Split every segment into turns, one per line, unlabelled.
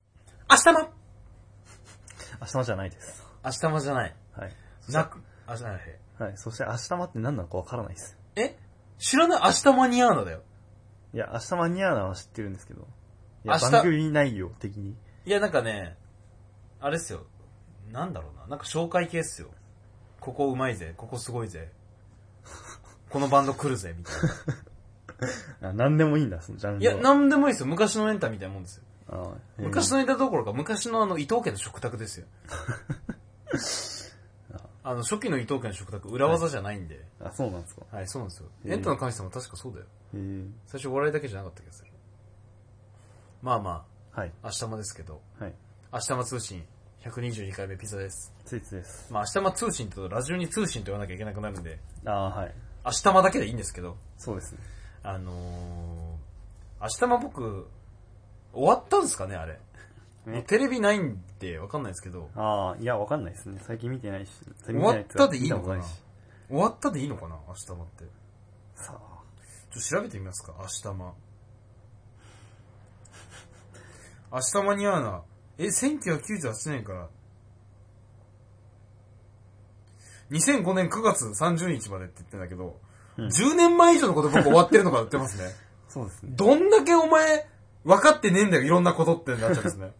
日の
明日まじゃないです。
明日まじゃない。
はい。そして
なく、明日まで。
はい。そして明日まって何なのかわからないです。
え知らない明日間に合うのだよ。
いや、明日間に合うのは知ってるんですけど。い
明
や、
日
番組内容的に。
いや、なんかね、あれっすよ。なんだろうな。なんか紹介系っすよ。ここうまいぜ。ここすごいぜ。このバンド来るぜ、みたいな。
あ何でもいいんだ、そのジャン
い
ルは。
や、なんでもいいっすよ。昔のエンタみたいなもんですよ。
あえー
昔のネタどころか、昔のあの、伊藤家の食卓ですよ。 あの、初期の伊藤家の食卓、裏技じゃないんで。
あ、そうなんですか。
はい、そうなんですよ。
へー
エンタの神様確かそうだよ。
えー、
最初笑いだけじゃなかった気がする。まあま
はい。
あ、明日間ですけど、
はい。
明日間通信、122回目ピザです。
ついついです。
まあ、明日間通信とラジオに通信と言わなきゃいけなくなるんで、
あーはい。
明日間だけでいいんですけど、
そうですね。
あのー、明日間僕、終わったんですかね、あれ。
え
テレビないんでわかんないですけど、
ああ、いや、わかんないですね。最近見てないし。最
終
近見て
わ
ない
っ
つう
たでいいの
見たこ
か
と
な
し
終わったでいいのかな明日間って。ちょ
さあ。
っと調べてみますか、明日間。明日間に合うな。え、1998年から、2005年9月30日までって言ってんだけど、
うん
10年前以上のこと僕終わってるのか言ってます ね。
そうですね。
どんだけお前、分かってねえんだよ、いろんなことってなっちゃうんです ね。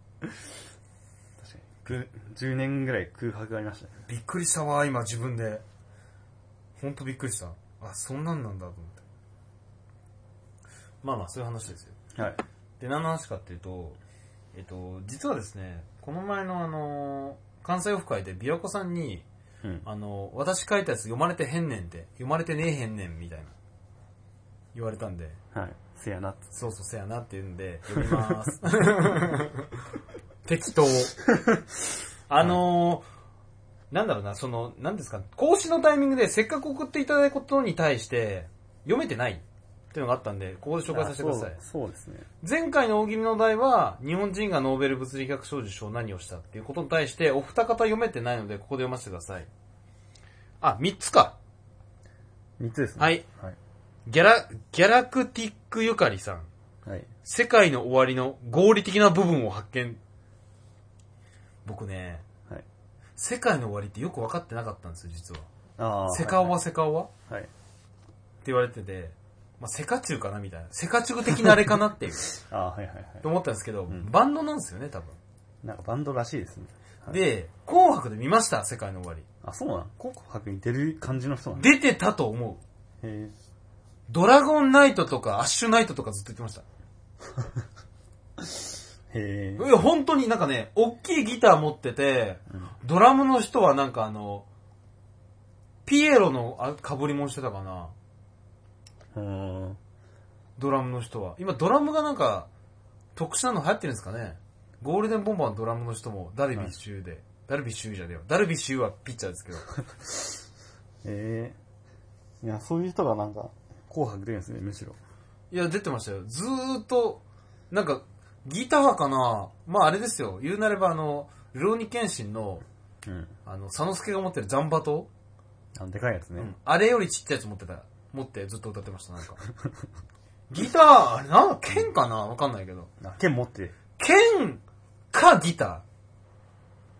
確かに。く10年ぐらい空白がありましたね。
びっくりしたわ、今自分で。ほんとびっくりした。あ、そんなんなんだと思って。まあまあ、そういう話ですよ。
はい。
で、何の話かっていうと、えっと、実はですね、この前のあの、関西オフ会で琵琶湖さんに、
うん。
あの、私書いたやつ読まれてへんねんって、読まれてねえへんねんみたいな、言われたんで、
はい。せやなっつ。
そうそうせやなって言うんで、読みます。 適当。あのー、なんだろうな、その、なんですか、更新のタイミングでせっかく送っていただいたことに対して、読めてないっていうのがあったんで、ここで紹介させてください
あ。そうそうですね。
前回の大喜利のお題は、日本人がノーベル物理学賞受賞何をしたっていうことに対して、お二方読めてないので、ここで読ませてください。あ、三つか。
3つですね。。
はいい。
はい。
ギャラ、ギャラクティックゆかりさん。
はい。
世界の終わりの合理的な部分を発見。僕ね、
はい
世界の終わりってよく分かってなかったんですよ、実は。
ああ。
セカオワセカオワって
はい。はい。
言われてて、まあ、セカチュウかなみたいな。セカチュウ的なあれかなって いう、
ああ、はいはいは
と思ったんですけど、
ん
バンドなんですよね、多分。
い。なんかバンドらしいですね。はい
で、紅白で見ました、世界の終わり。
あ、そうなん紅白に出る感じの人なんだ。
出てたと思う。
へえ。
ドラゴンナイトとかアッシュナイトとかずっと言ってました。
へえ。
いや、本当になんかね、大きいギター持ってて、ドラムの人はなんかあの、ピエロのあ被り物してたかな
うーん。
ドラムの人は。今ドラムがなんか、特殊なの流行ってるんですかねゴールデンボンバーのドラムの人もダルビッシュ有で、ダルビッシュ有じゃねえよ。ダルビッシュ有はピッチャーですけど。
へえ。いや、そういう人がなんか、紅白出るんですね、むしろ。
いや、出てましたよ。ずーっと、なんか、ギターかなまああれですよ。言うなればあの、ルローニケンシンの、
うん。
あの、佐野助が持ってるジャンバト
あの、でかいやつね。
うんあれよりちっちゃいやつ持ってた。持ってずっと歌ってました、なんか。 ギター、あれな、剣かなわかんないけど。
あ、剣持ってる。
剣かギタ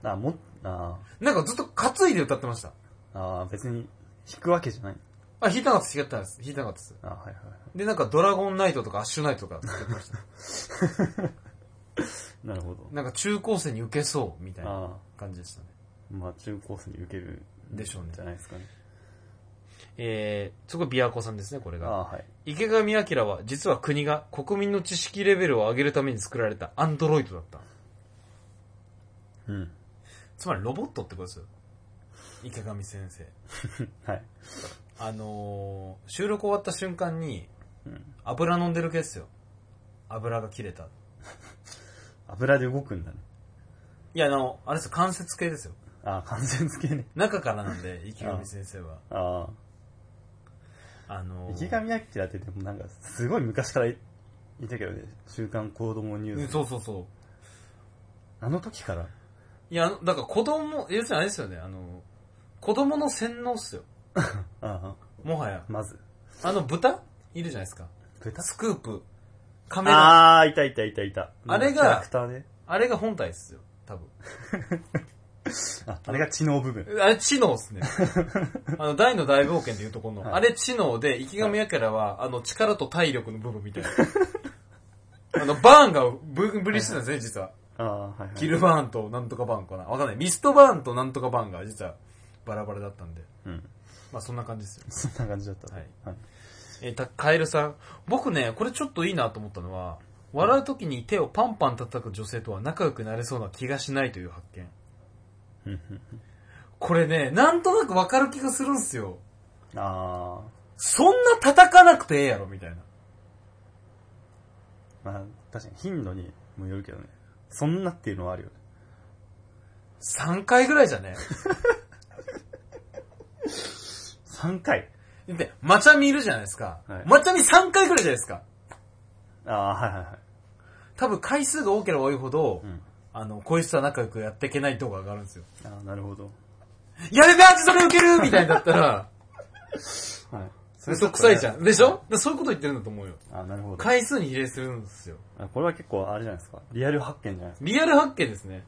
あ、も、あ
ー。なんかずっと担いで歌ってました。
あ、ああ、別に、弾くわけじゃない。
あ、弾いたかったです、弾いたかったです。弾いたかったです。
あはいはい。
で、なんかドラゴンナイトとかアッシュナイトとか歌ってました。
なるほど。
なんか中高生に受けそう、みたいな
あ
感じでしたね。
あ、まあ中高生に受ける。
でしょうね
じゃないですかね。
えー、すごい琵琶湖さんですね、これ
あ
が。
あ、はい。
池上彰は、実は国が国民の知識レベルを上げるために作られたアンドロイドだった。
うん。
つまりロボットってことですよ。池上先生。
はい。
あのー、収録終わった瞬間に、
うん。
油飲んでる系ですよ。油が切れた。い
油で動くんだね。
や、あの、あれですよ、関節系ですよ。
ああ、関節系ね。
中からなん で、池上先生は。
あ
あの
あ。
ー、
池上彰ってでもなんか、すごい昔からいたけどね。週刊子供ニュ
う
ー
ん
ス。
そうそうそう。
あの時から。
いや、あのだから子供、要するにあれですよね、あの、子供の洗脳っすよ。
ああ、
もはや。
まず。
あの豚いるじゃないですか。
豚
スクープ。カメラ。
ああ、いたいたいたいた。
あれが
キャラクターね。
あれが本体ですよ、多分。
あ、あれが知能部分。
あれ、知能っ すね。あの、大の大冒険でいうとこの、
はい
あれ知能で、生神やからは、あの、力と体力の部分み たいな。あの、バーンがぶぶりしてたんですね、実は。
ああ、はい、はい。
キルバーンとなんとかバーンかな。わかんない。ミストバーンとなんとかバーンが、実は、バラバラだったんで。
うん。
まあ、そんな感じですよ。
そんな感じだった。
はい。
はい。
えーた、カエルさん。僕ね、これちょっといいなと思ったのは、笑う時に手をパンパン叩く女性とは仲良くなれそうな気がしないという発見。
うんうん
これね、なんとなくわかる気がするんすよ。
あ
そんな叩かなくてええやろ、みたいな。
あ、まあ、確かに頻度にもよるけどね。そんなっていうのはあるよね。
3回ぐらいじ ゃね
3回。
で、マチャミいるじゃないですか。
はい
マチャミ3回ぐらいじゃないですか。
ああ、はいはいはい。
多分回数が多ければ多いほど、
うん。
あの、こいつとは仲良くやっていけない動画があるんですよ。
ああ、なるほど。
やべべあそれ受けるみたいになったら、
はい。 そ
嘘くさいじゃ
ん。
ん。でしょだからそういうこと言ってるんだと思うよ。
ああ、なるほど。
回数に比例するんですよ。
あこれは結構あれじゃないですか。リアル発見じゃないです
リアル発見ですね。だか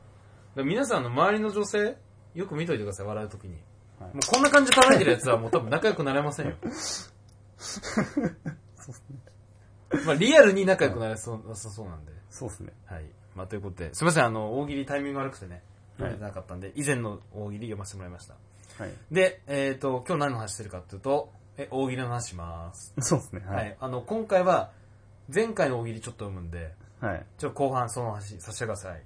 ら皆さんの周りの女性、よく見といてください、笑うときに。
はい
もうこんな感じで叩いてるやつはもう多分仲良くなれま せんよ。まあリアルに仲良くなれそうなさそうなんで。
か。そうですね。
はい。まあということで、すみません、あの、大喜利タイミング悪くてね、
はい
読めてなかったんで、以前の大喜利読ませてもらいました。
はい。
で、えっ、と、今日何の話してるかっていうと、え、大喜利の話します。
そうですね。は。
はいい。あの、今回は、前回の大喜利ちょっと読むんで、
はい。
ちょ、後半その話させてください。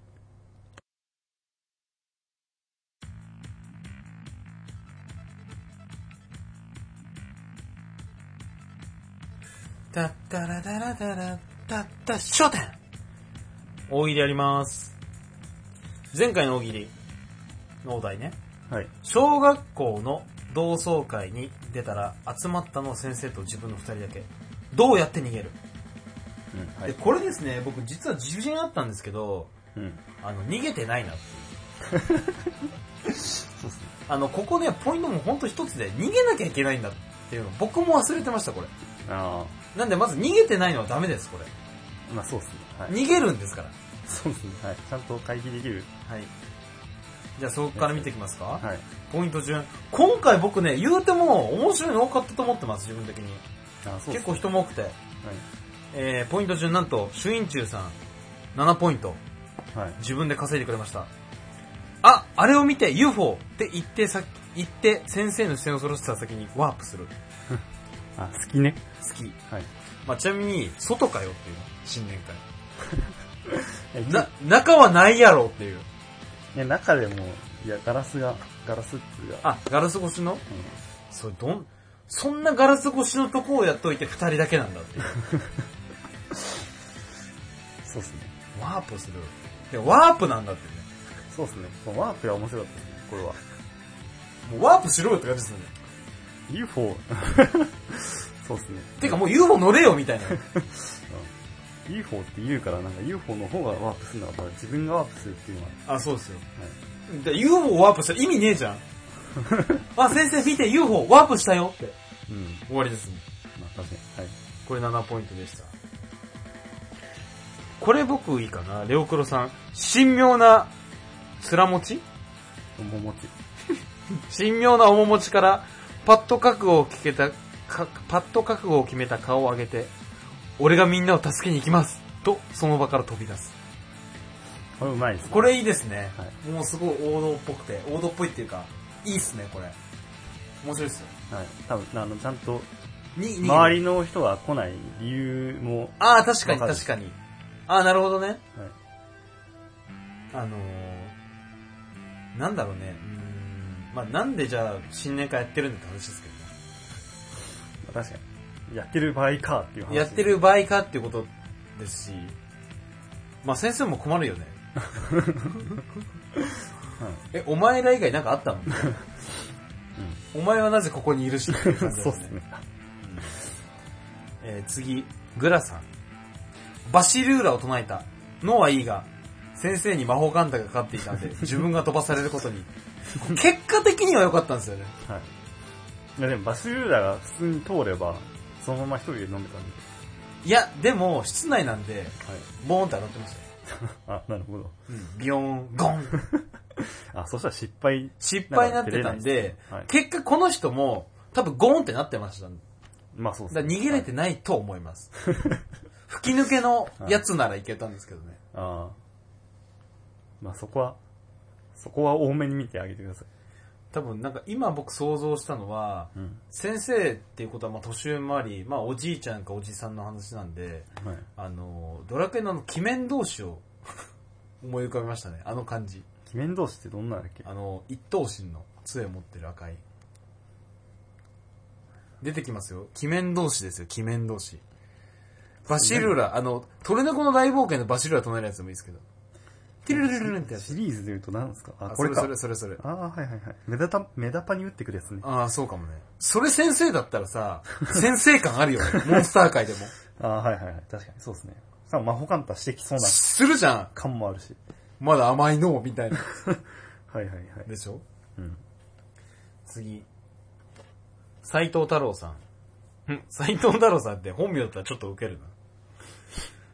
たったらだらだら、たった、焦点大喜利やります。前回の大喜利のお題ね。
はい。
小学校の同窓会に出たら集まったのは先生と自分の二人だけ。どうやって逃げる
うん。は
で
い。
これですね僕実は自信あったんですけど
うん。
あの逃げてないなっていう
そうですね。
あのここねポイントも本当一つで逃げなきゃいけないんだっていうの僕も忘れてましたこれ
あ
なんでまず逃げてないのはダメですこれ
あ、まあそうですね。はい。
逃げるんですから
そうですね。はい。ちゃんと回避できる。
はいじゃあそこから見ていきますか、
はい。
ポイント順今回僕ね言うても面白いの多かったと思ってます自分的に
ああ、そう
結
ですね。
構人も多くて、えー、ポイント順なんと朱印中さん7ポイント
はい。はい。
自分で稼いでくれました。あ、あれを見て UFO って言ってさっき、言って先生の視線をそらした先にワープする。
あ、好きね。
好き。
はい。
まあ、ちなみに、外かよっていう、新年会。
え、
な、中はないやろっていう。
ね、中でも、いや、ガラスが、ガラスっていうか、
あ、ガラス越しの
うん
それどん、そんなガラス越しのとこをやっといて二人だけなんだっていう。
そうですね。
ワープする。で、ワープなんだってね。
そうですね。もうワープが面白かったですね、これは。
もうワープしろよって感じですよね。
UFO。そう ですね。
てかもう UFO 乗れよみたいな。
UFO って言うから、なんか UFO の方がワープするのは、自分がワープするっていうの は、
あ、そうですよ。で UFO ワープしたら意味ねえ じゃん。あ、先生見て UFO ワープしたよって。
うん。
終わりですね。
まあ確かに。はい。
これ7ポイントでした。これ僕いいかな。レオクロさん。神妙な面持ち
桃持ち。
神妙な面持ちから、パッと覚悟を聞けた、かパッと覚悟を決めた顔を上げて、俺がみんなを助けに行きますと、その場から飛び出す。
これうまいですね。
これいいですね。
は
もうすごい王道っぽくて、王道っぽいっていうか、いいっすね、これ。面白いっすよ。
はい。多分、あの、ちゃんと、
に、に
周りの人が来ない理由も、
ああ、確かに
わかる
確かに。ああ、なるほどね。
はい。
あのー、なんだろうね。うーん。まあ、なんでじゃあ、新年会やってるんだって話ですけどね。
まあ確かに。やってる場合かっていう話。
やってる場合かっていうことですし、まあ、先生も困るよね。 え、お前ら以外なんかあったのお前はなぜここにいるし、っていう
う
感
ん。
じだ
そ
よ
うですね。
えー次、グラさん。バシルーラを唱えた。脳はいいが、先生に魔法カンタがかかっていたんで、自分が飛ばされること に。結果的には良かったんですよね。
はい。いやでもバスルーラが普通に通れば、そのまま一人で飲めたんで。
いや、でも、室内なんで、
はい。
ボーンって当たってましたよ。
あ、なるほど。
うん、ビヨーン、ゴン。
あ、そしたら失敗。
失敗になってたんで、
はい。
結果この人も、多分ゴーンってなってました。
まあそうです
だから逃げれて
はい
ないと思います。吹き抜けのやつならいけたんですけどね。
ああ。まあそこは、そこは多めに見てあげてくださ
多分なんか今僕想像したのは、
い。うん。
先生っていうことはまあ年上もあり、まあおじいちゃんかおじいさんの話なんで、
はい。
あの、ドラクエのあの鬼面同士を思い浮かべましたね。あの感じ。
鬼面同士ってどんなだっけ
あの、一等身の杖を持ってる赤い。出てきますよ。鬼面同士ですよ、鬼面同士。バシルラ、あの、トレノコの大冒険のバシルラ唱えるやつでもいいですけど。ティルルルルルンってやつ
シ。リーズで言うと何ですかあ、
あ、
こ
そ
れ
れ
か。
それそれそれ。
ああ、はいはいはい。メダタ、メダパに打ってくるやつね。
ああ、そうかもね。それ先生だったらさ、先生感あるよね。モンスター界でも。
ああ、はいはいはい。確かにそうですね。さあ、魔法カンタしてきそうな
するじゃん。
感もあるし。
まだ甘いのみたいな。
はいはいはい。
でしょ
うん。
次。斎藤太郎さん。ん斎藤太郎さんって本名だったらちょっとウケるな。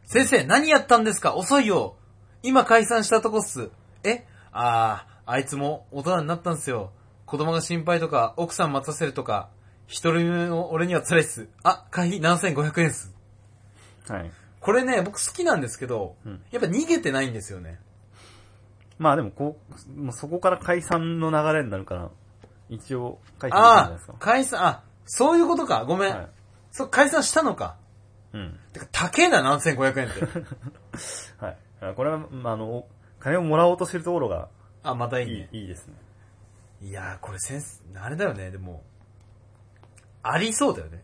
先生、何やったんですか遅いよ今解散したとこっす。えあー、あいつも大人になったんすよ。子供が心配とか、奥さん待たせるとか、一人目の俺には辛いっす。あ、会費7500円っす。
はい。
これね、僕好きなんですけど、
うん
やっぱ逃げてないんですよね。
まあでも、こう、もうそこから解散の流れになるから、一応、解散したんじゃないですか。
解散、あ、そういうことか。ごめん。
はい。
そう、解散したのか。
うん。
てか、高えな、7500円って。
はい。あこれは、まあ、あの、金をもらおうとしてるところが
あ、また
い
いい
い
ね、。
いいですね。
いやー、これセンス、あれだよね、でも、ありそうだよ ね。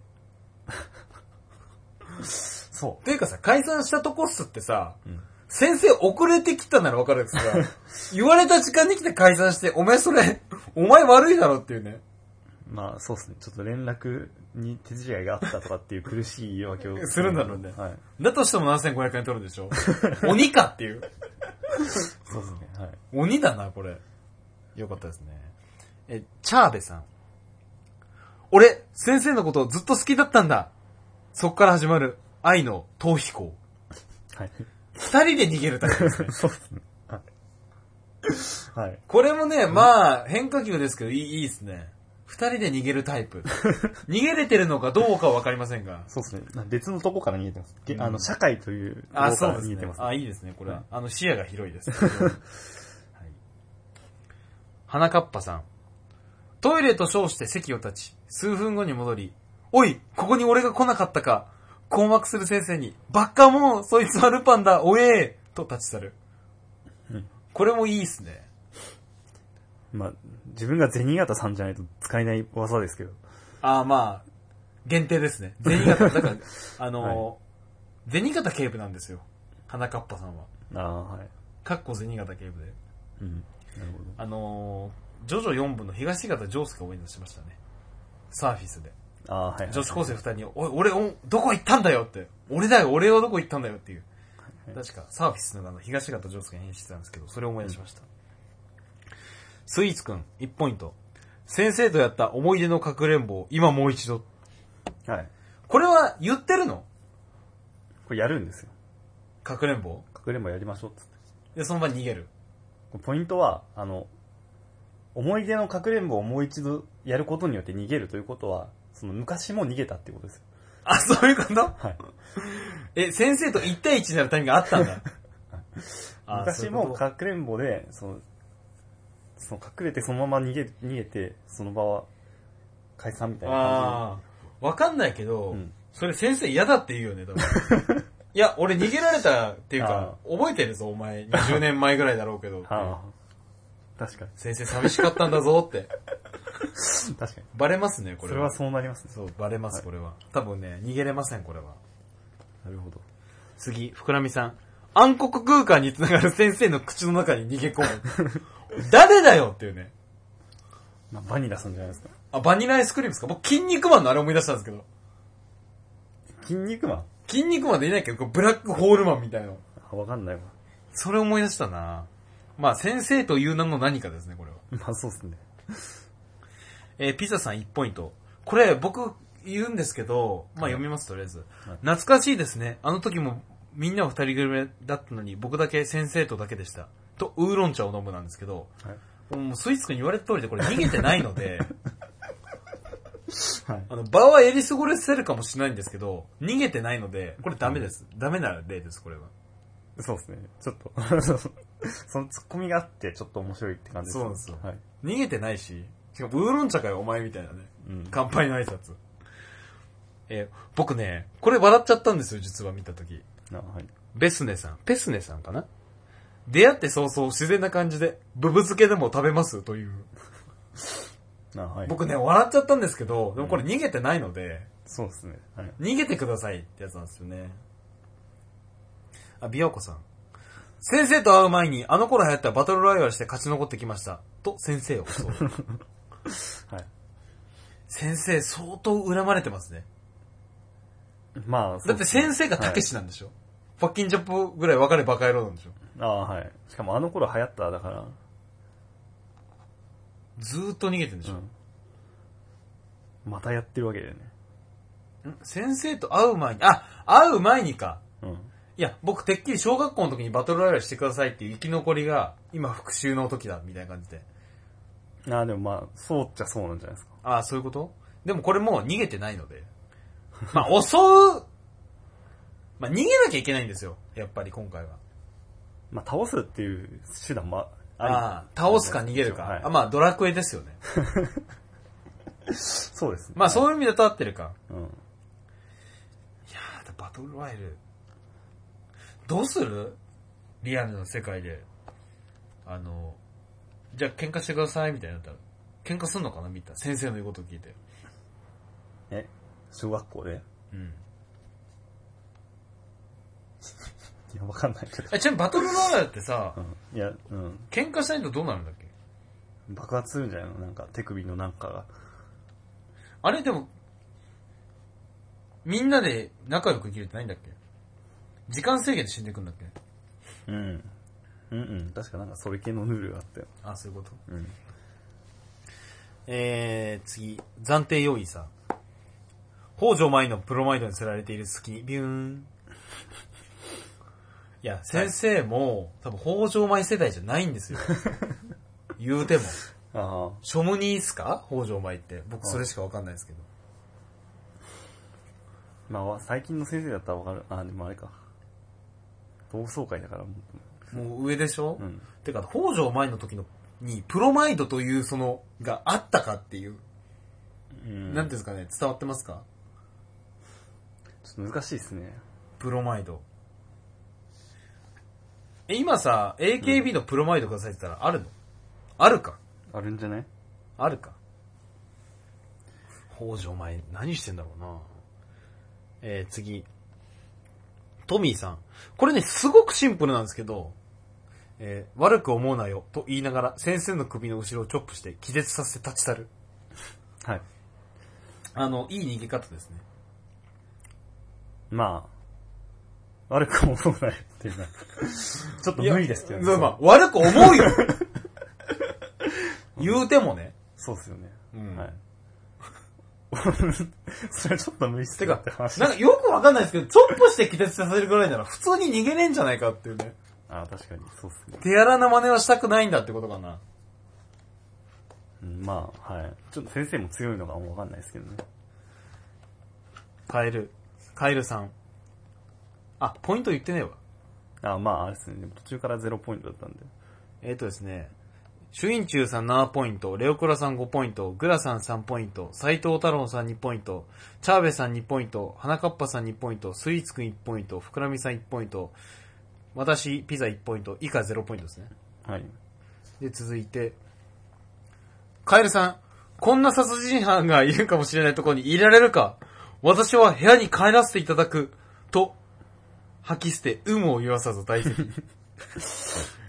そ
ていうかさ、解散したとこっすってさ、
う。うん。
先生遅れてきたならわかるん ですが、言われた時間に来て解散して、お前それ、お前悪いだろっていうね。
まあ、そうですね。ちょっと連絡に手違いがあったとかっていう苦しい言い訳 を
するんだろうね
はい。
だとしても7500円取るでし ょ鬼かっていう。
そうですね。はい。
鬼だな、これ。よかったですね。え、チャーベさん。俺、先生のことずっと好きだったんだ。そっから始まる愛の逃避行。
はい。
二人で逃げるタイプ ですね。
そうですね。はい。はい。
これもね、まあ、変化球ですけど、いい、いいですね。二人で逃げるタイ プ。逃げれてるのかどうかはわかりませんが。
そうですね。別のとこから逃げてます。げ
うん
あの、社会というとこ
あ、
ろか
そう
ら
で
逃
す
げて
ね
ま。す、
あ、いいですね、これ
は。
はいあの、視野が広いです。はい花かっぱさん。トイレと称して席を立ち、数分後に戻り、おい、ここに俺が来なかったか。困惑する先生に、バッカもう、そいつはルパンだ、おえーと立ち去る
うん。
これもいいですね。
まあ、自分が銭形さんじゃないと使えない技ですけど。
ああ、まあ、限定ですね。銭形、だから、あ
は
のー、銭形警部なんですよ。花かっぱさんは。
ああ、はい。
かっこ銭形警部で。
うん。なるほど。
あのー、ジョジョ4部の東方ジョースが応援しましたね。サーフィスで。
ああ、はい、はい。
女子高生2人に、おい、俺、おどこ行ったんだよって。俺だよ、俺はどこ行ったんだよっていう。
はい
確か、サーフィスのあの東方ジョースが演じてたんですけど、それを思い出しました。スイーツくん、1ポイント。先生とやった思い出のかくれんぼを今もう一度。
はい。
これは言ってるの
これやるんですよ。
かくれんぼ
隠れんぼやりましょうっつって。
で、その場に逃げる。
これポイントは、あの、思い出のかくれんぼをもう一度やることによって逃げるということは、その昔も逃げたっていうことですよ。
あ、そういうこと
はい。
え、先生と1対1になるタイミングがあったん だ。あ
昔
そういう
も
こと
かくれんぼで、その、その隠れてそのまま逃げ、逃げて、その場は解散みたいな感
ああ、わかんないけど、
うん
それ先生嫌だって言うよね、多分。 いや、俺逃げられたっていうか、覚えてるぞ、お前。20年前ぐらいだろうけど
じ。。はあ。確かに。
先生寂しかったんだぞって。
確かに。
バレますね、こ
そ
れ
れはそうなりますね。
そう、バレます、これは。多分ね、逃げれません、これは。
なるほど。
次、ふくらみさん。暗黒空間につながる先生の口の中に逃げ込む。 誰だよっていうね。
まあ、バニラさんじゃないですか。
あ、バニラアイスクリームですか僕、筋肉マンのあれ思い出したんですけど。
筋肉マン
筋肉マンでいないけど、こうブラックホールマンみたいな。
あ、わかんないわ。
それ思い出したなまあ、先生という名の何かですね、これは。
まあ、そうですね。
えーピザさん1ポイント。これ、僕、言うんですけど、まあ読みます、とりあえず。
い
懐かしいですね。あの時も、みんなは二人組だったのに、僕だけ先生とだけでした。と、ウーロン茶を飲むなんですけど、もうスイーツ君に言われた通りでこれ逃げてないので、
はい。
あの、場はやり過ごせるかもしれないんですけど、逃げてないので、これダメです。ダメな例です、これは。
そうですね。ちょっと、 そのツッコミがあって、ちょっと面白いって感じ
そうなんですよ
はい。
逃げてないし、しかもウーロン茶かよ、お前みたいなね。
うん。
乾杯の挨拶。えー僕ね、これ笑っちゃったんですよ、実は見たとき。
なはい。
ベスネさん、ペスネさんかな出会って早々自然な感じで、ブブ漬けでも食べますという。
なはい。
僕ね、笑っちゃったんですけど、でもこれ逃げてないので、
そうですね。はい。
逃げてくださいってやつなんですよね。あ、ビヨコさん。先生と会う前に、あの頃流行ったバトルロイヤルして勝ち残ってきました。と先生を襲う。
はい。
先生相当恨まれてますね。
まあ、そう
だって
ですね
先生がたけ
はい
しなんでしょ、パッキンジョップぐらい別れバカ野郎なんでしょ
ああ、はい。しかもあの頃流行った、だから。
ずーっと逃げてんでしょ、
うん。またやってるわけだよね。
ん先生と会う前に、あ、会う前にか。
うん。
いや、僕てっきり小学校の時にバトルロイヤルしてくださいっていう生き残りが、今復讐の時だ、みたいな感じで。
ああ、でもまあ、そうっちゃそうなんじゃないですか。
ああ、そういうことでもこれもう逃げてないので。ま あ、襲う、まあ逃げなきゃいけないんですよ。やっぱり今回は。
まあ、倒すっていう手段もあり
ああ、倒すか逃げるか。
はい
あまあ、ドラクエですよね。
そうですね。
まあ、そういう意味だと合ってるか。
うん。
いやー、バトルロワイヤル。どうするリアルの世界で。あの、じゃあ喧嘩してくださいみたいになったら。喧嘩すんのかなみたいな。先生の言うこと聞いて。
え、小学校で
うん。
いや、わかんないけど。
え、ちなみにバトルロワイヤルってさ
う、ん。いや、うん。
喧嘩しないとどうなるんだっけ
爆発するんじゃないのなんか、手首のなんかが。
あれでも、みんなで仲良く生きるってないんだっけ時間制限で死んでいくんだっけ
うん。うんうん。確かなんか、それ系のルールがあったよ。
あ、そういうこと。
うん。
えー、次、暫定用意さん。北条舞のプロマイドに釣られている隙に、ビューン。いや、先生も、多分北条舞世代じゃないんです よ。言うても。
あ
ショムニースか北条舞って。僕それしかわかんないですけど。
あ。まあ、最近の先生だったらわかる。ああ、でもあれか。同窓会だから、も
もう上でしょ、
う。うん。
てか、北条舞の時の、に、プロマイドというその、があったかっていう、
う
なん
ん。
ていうんですかね、伝わってますか
ちょっと難しいですね。
プロマイド。え、今さ、AKB のプロマイドくださいって言ったら、あるの、あるか。
あるんじゃない
あるか。北条前、何してんだろうなえー、次。トミーさん。これね、すごくシンプルなんですけど、えー悪く思うなよ、と言いながら、先生の首の後ろをチョップして、気絶させて立ち去る。
はい。
あの、いい逃げ方ですね。
まあ、悪くもそうないっていうのは、ちょっと無理ですけど
いやまあ、悪く思うよ 言うてもね。
そうですよね。
うん
はい。 それちょっと無理してて
か
って、話。
なんかよくわかんないですけど、チョップして気絶させるぐらいなら普通に逃げねえんじゃないかっていうね。
ああ、確かに、そうですね。
手荒な真似はしたくないんだってことかな。
うんまあ、はい。ちょっと先生も強いのかもわかんないですけどね。
カエル。カエルさん。あ、ポイント言ってねえわ。
ああ、まあ、あれですね。でも途中からゼロポイントだったんで。
えっ、ー、とですね。シュインチューさん7ポイント、レオクラさん5ポイント、グラさん3ポイント、斎藤太郎さん2ポイント、チャーベさん2ポイント、花かっぱさん2ポイント、スイーツくん1ポイント、ふくらみさん1ポイント、私、ピザ1ポイント、以下0ポイントですね。
はい。
で、続いて、カエルさん、こんな殺人犯がいるかもしれないところにいられるか私は部屋に帰らせていただく。と、吐き捨て、有無を言わさず大席。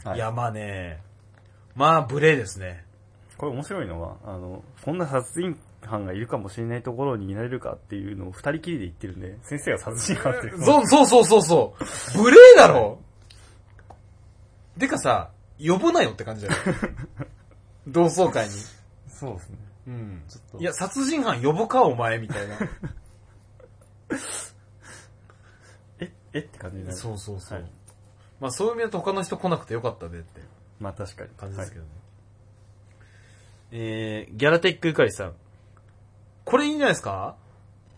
はい
いや、まあね、まあ、無礼ですね。
これ面白いのは、あの、こんな殺人犯がいるかもしれないところにいられるかっていうのを二人きりで言ってるんで、先生が殺人犯っていう。
そう、そうそうそうそう。無礼だろでかさ、呼ぶなよって感 じだよ。同窓会に。
そうですね。
うん。
ちょっと
いや、殺人犯呼ぶか、お前、みたいな。
え、え、えって感じになる。
そうそうそう。
はい
まあそういう意味だと他の人来なくてよかったでって
まあ確かに。
感じですけ
ど。
どね。えー、ギャラテックゆかりさん。これいいんじゃないですか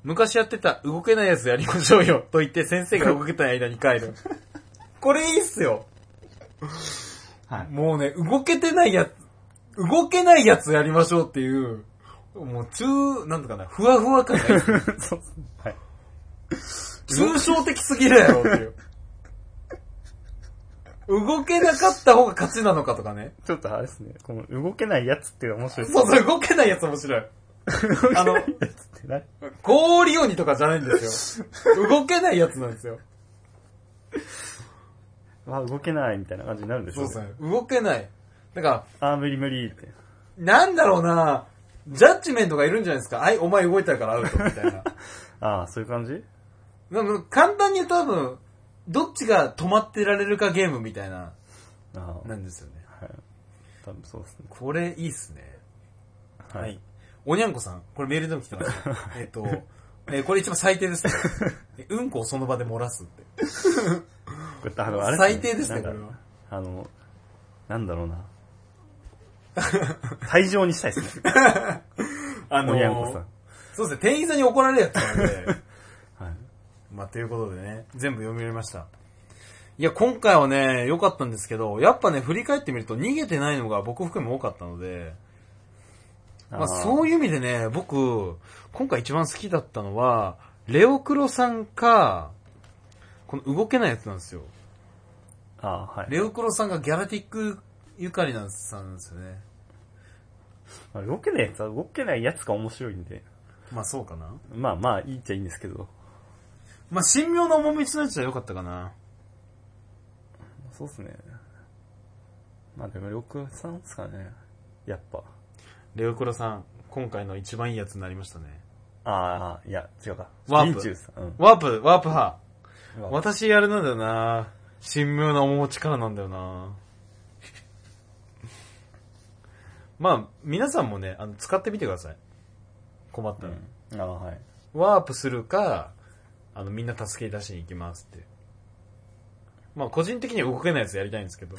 昔やってた動けないやつやりましょうよと言って先生が動けない間に 帰る。これいいっすよ。
はい。
もうね、動けてないやつ、動けないやつやりましょうっていう、もう中、なんとかな、ふわふわ感がいいっ す
そうはい。
抽象的すぎるやろっていう。動けなかった方が勝ちなのかとかね。
ちょっとあれですね。この動けないやつっていうのは面白い
そうそう、動けないやつ面白い。
ですね。
あの
動けないやつって何
氷鬼とかじゃないんですよ。動けないやつなんですよ。
わあ、動けないみたいな感じになるんでしょ
そうですね。動けない。だから、
あー、無理無理って。
なんだろうなジャッジメントがいるんじゃないですか。はい、お前動いたからアウト、みたいな。
ああ、そういう感じ
でも簡単に言うと多分、どっちが止まってられるかゲームみたいな、
ああ、
なんですよね。
はい。多分そうですね。
これいいっすね。
は
はいい。。おにゃんこさん、これメールでも来てます。 えっと、えーこれ一番最低ですね。えうんこをその場で漏らすって。
これあの、あれっ
最低ですね、こ
なん
れ
か
は。
あの、なんだろうな。退場にしたいです ね。
あ
あの
の
ー、
ー
やんこさ
そうですね、店員さんに怒られるやつなんで。
ん。はい。
まあ、ということでね、全部読み終えました。いや、今回はね、良かったんですけど、やっぱね、振り返ってみると逃げてないのが僕含め多かったので、まあ、そう
いう。
いう意味でね、僕、今回一番好きだったのは、レオクロさんか、この動けないやつなんですよ。
ああ、はい。
レオクロさんがギャラティックゆかりなんさんなんですよね。
まあ動けないやつは動けないやつが面白いんで。
まあそうかな。
まあまあ、いいっちゃいいんですけど。
まあ神妙な面持ちのやつは良かったかな。
そうっすね。まあでも、六さんっすかね。やっぱ。
レオクロさん、今回の一番いいやつになりましたね。
ああ、いや、違うか。
ワープ
スピンチューさん。うん
ワープ、ワープ派。
ワープ
私やるなんだよな神妙な面持ちからなんだよ なまあ、皆さんもね、あの、使ってみてください。困ったら。
うん。ああ、はい。
ワープするか、あの、みんな助け出しに行きますって。まあ、個人的には動けないやつやりたいんですけ ど。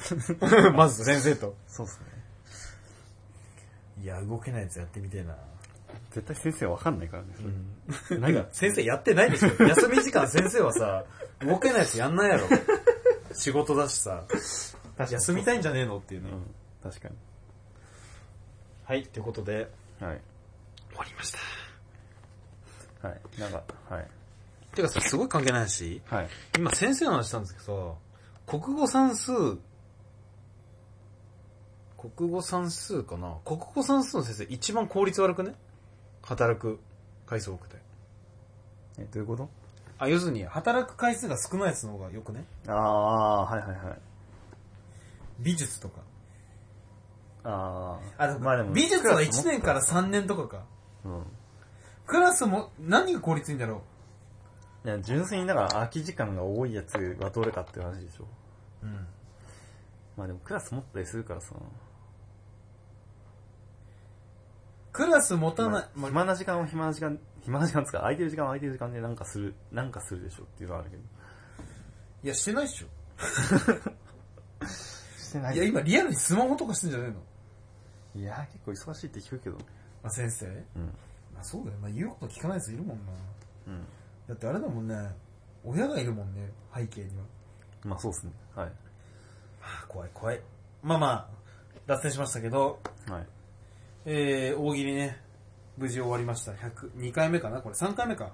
まず先生と。
そうっすね。
いや、動けないやつやってみてえな
絶対先生わかんないから ね。
う
何が
先生やってないでしょ。休み時間先生はさ、動けないやつやんないやろ。仕事だしさ、休みたいんじゃねえのっていう
う
ね。
ん。確か
はい、ということで、
に。はい。
終わりました。
はい。なんか、はい。
てかさ、すごい関係ないし、
はい。
今先生の話したんですけどさ、国語算数、国語算数かな国語算数の先生一番効率悪くね働く回数多くて。
え、どういうこと
あ、要するに、働く回数が少ないやつの方がよくね
ああ、はいはいはい。
美術とか。
ああ。
あ、でも、美術は1年から。3年とかか。
うん。
クラスも、何が効率いいんだろ
いや、純粋にだから空き時間が多いやつはどれかっていう話でしょ。
ううん。
まあでもクラス持ったりするからさ。
クラス持た
ま
ない
あ、暇な時間を暇な時間、暇な時間つか空いてる時間は空いてる時間でなんかする、なんかするでしょっていうのはあるけど。
いや、してないっしょ。
してない
や、今リアルにスマホとかしてんじゃねえの
いや、結構忙しいって聞くけど。
まあ、先生
うん。
まあ、そうだよ。まあ、言うこと聞かないやついるもんな。
うん。
だってあれだもんね、親がいるもんね、背景には。
まあそうっすね。はい。
ああ、怖い怖い。まあまあ、脱線しましたけど、
はい。
えー、大喜利ね、無事終わりました。100、2回目かなこれ3回目か。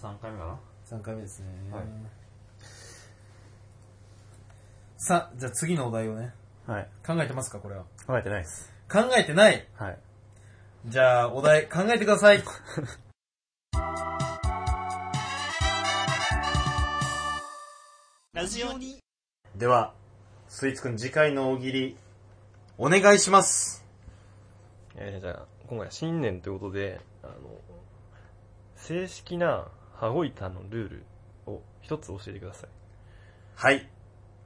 3回目か
3回目ですね。
はい
さあ、じゃあ次のお題をね、
なはい。
考えてますかこれは。
考えてないっす。
考えてない
はい。
じゃあ、お題考えてください。
ラジオに
では、スイーツくん次回の大喜利、お願いします。
えーじゃあ、今回は新年ということで、あの、正式な羽子板のルールを一つ教えてください。
はい。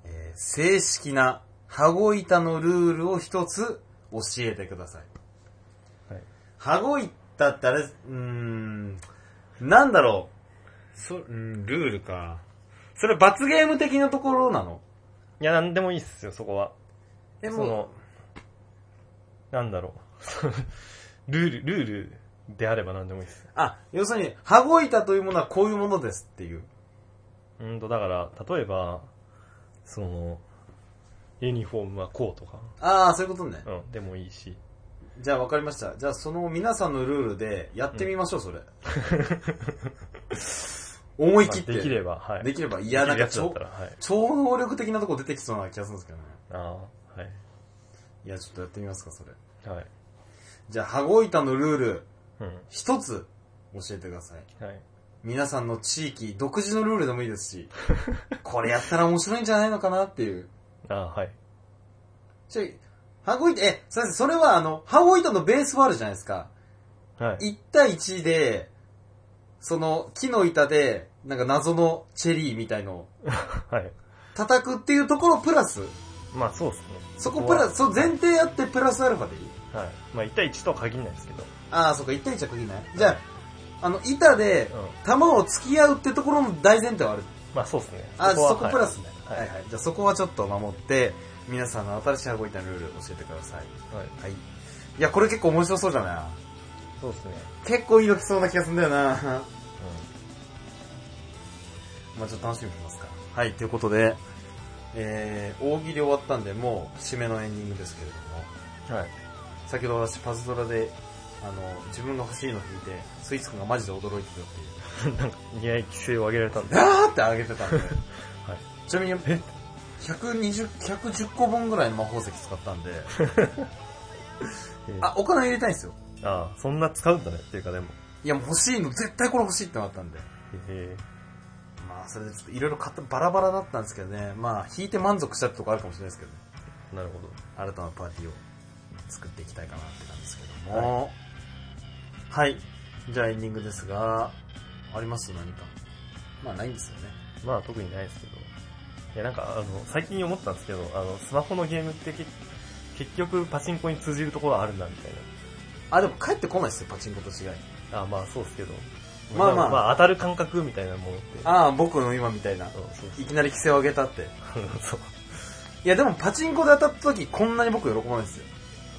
えー正式な羽子板のルールを一つ教えてください。
はい
羽子板ってあれ、うーん、なんだろう。そ、うーん、ルールか。それ罰ゲーム的なところなの
いや、なんでもいいっすよ、そこは。
で
その、なんだろう。 ルール、ルールであればなんでもいいっす。
あ、要するに、羽子板というものはこういうものですっていう。
うんと、だから、例えば、その、ユニフォームはこうとか、
ああ、そういうことね。
うん、でもいいし。
じゃあ分かりました。じゃあその皆さんのルールでやってみましょう、そ れ。思い切って。
まあできれば、はい。
できれば。いや、なん
で
か
きるや
超
つだ、ったら、はい。
超能力的なとこ出てきそうな気がするんですけどね。
ああ、はい。
いや、ちょっとやってみますか、それ。
はい。
じゃあ、羽子板のルール、
うん。
一つ教えてください。
はい。
皆さんの地域、独自のルールでもいいです し、これやったら面白いんじゃないのかなっていう。
ああ、はい。
ちょい、羽子板、え、先生、それはあの、羽子板のベースはあるじゃないですか。
はい。
1対1で、その木の板で、なんか謎のチェリーみたいのを
はい。
叩くっていうところプラス、
まあ、そうっすね。
そこプラス、その前提あってプラスアルファでいい
はい。まあ、1対1とは限らないですけど。
ああ、そっか、1対1は限らない。じゃあ、あの、板で
うん。
弾を突き合うってところの大前提はある。
まあ、そうっすね。
あ、
は
そこプラスね。
は
はいいはい。じゃあそこはちょっと守って、皆さんの新しい羽子板のルール教えてください。
はい。はい。
はい。いや、これ結構面白そうじゃな
そうっすね。
い結構いいの来そうな気がするんだよな
うん。
まあちょっと楽しみにしますか。はい、ということで、えー、大喜利終わったんで、もう締めのエンディングですけれども、
はい。
先ほど私パズドラで、あの、自分が欲しいの引いて、スイーツくんがマジで驚いてたっていう。
なんか、似合い規制を上げられたんで。
あーってあげてたんで、ちなみに、120、110個分ぐらいの魔法石使ったんで、あ、お金入れたいんですよ。
ああ、そんな使うんだねっていうかでも。
いや、もう欲しいの、絶対これ欲しいってなったんで。
え
まあ、それでちょっといろいろ買った、バラバラだったんですけどね、まあ、引いて満足したってとこあるかもしれないですけどね。
えなるほど。
新たなパーティーを作っていきたいかなって感じですけども。はい。じゃあエンディングですが、あります何か。まあないんですよね。
まあ特にないですけど。いやなんか、あの、最近思ったんですけど、あの、スマホのゲームって結結局パチンコに通じるところはあるんだみたい
あ、でも帰ってこないですよ、パチンコと違い。
な。ああ、まあそうですけど。
まあまあ
なんかまあ当たる感覚みたいなものって。
ああ、僕の今みたいな
うん。そう
いきなり規制を上げたって。
そう。
いや、でもパチンコで当たった時こんなに僕喜ばないですよ。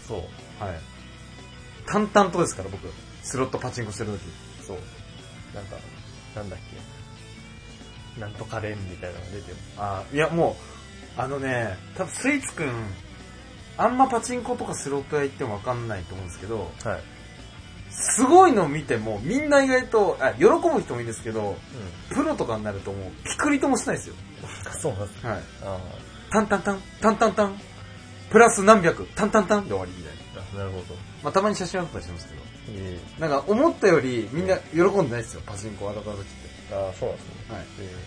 そう。
はい。淡々とですから、僕。スロットパチンコしてる時。
そう。なんか、なんだっけ。なんとかレンみたいなのが出てる。
ああ、いや、もう、あのね、多分スイーツくん、あんまパチンコとかスロット屋行ってもわかんないと思うんですけど、
はい。
すごいのを見ても、みんな意外と、あ、喜ぶ人もいいんですけど、
う
プロとかになるともう、ピクリともしないですよ。
ん。 そうなんです。
はい。
あ
タンタンタン、タンタンタン、プラス何百、タンタンタンで終わりみたいな。
あ、なるほど。
まあ、たまに写真あったりしますけど。
え
なんか、思ったよりみんな喜んでないですよ、パチンコ当たった時っ
えああ、そうなんですね。
て。は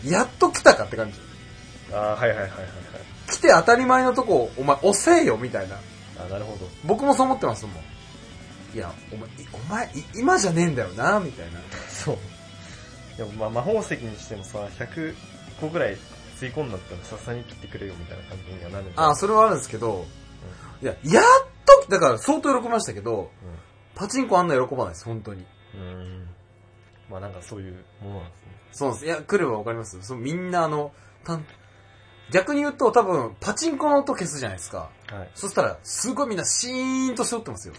え
い。やっと来たかって感じ。
えああ、はいはいはいはいはい。
来て当たり前のとこ、お前、押せよ、みたいな。
あなるほど。
僕もそう思ってますもん。いや、お前、いお前、い今じゃねえんだよな、みたいな。
そう。でもまあ魔法石にしてもさ、100個ぐらい吸い込んだったらさすがに切ってくれよみたいな感じにはなるんだ
ああ、それはあるんですけど、いや、やっと、だから相当喜びましたけど、パチンコあんな喜ばないです、本当に。
うん。うん。まあなんかそういうものなんですね。
そうなんです。いや、来ればわかりますよそうみんなあの、たん、逆に言うと多分、パチンコの音消すじゃないですか。
はい。
そしたら、すごいみんなシーンと背負ってますよ。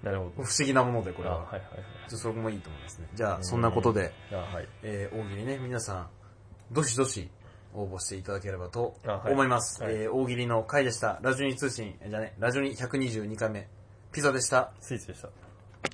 なるほ
不
ど。
思議なもので、これ
あ
は。
はいはい
ちょそれもいいと思いますね。じゃ
う
あ、
ん
そんなことで、
はい。あはい。
えー、大喜利ね、皆さん、どしどし応募していただければと
あはい
思います。
はい
えー、大喜利の回でした。ラジオに通信、えじゃね、ラジオに122回目、ピザでした。
スイーツでした。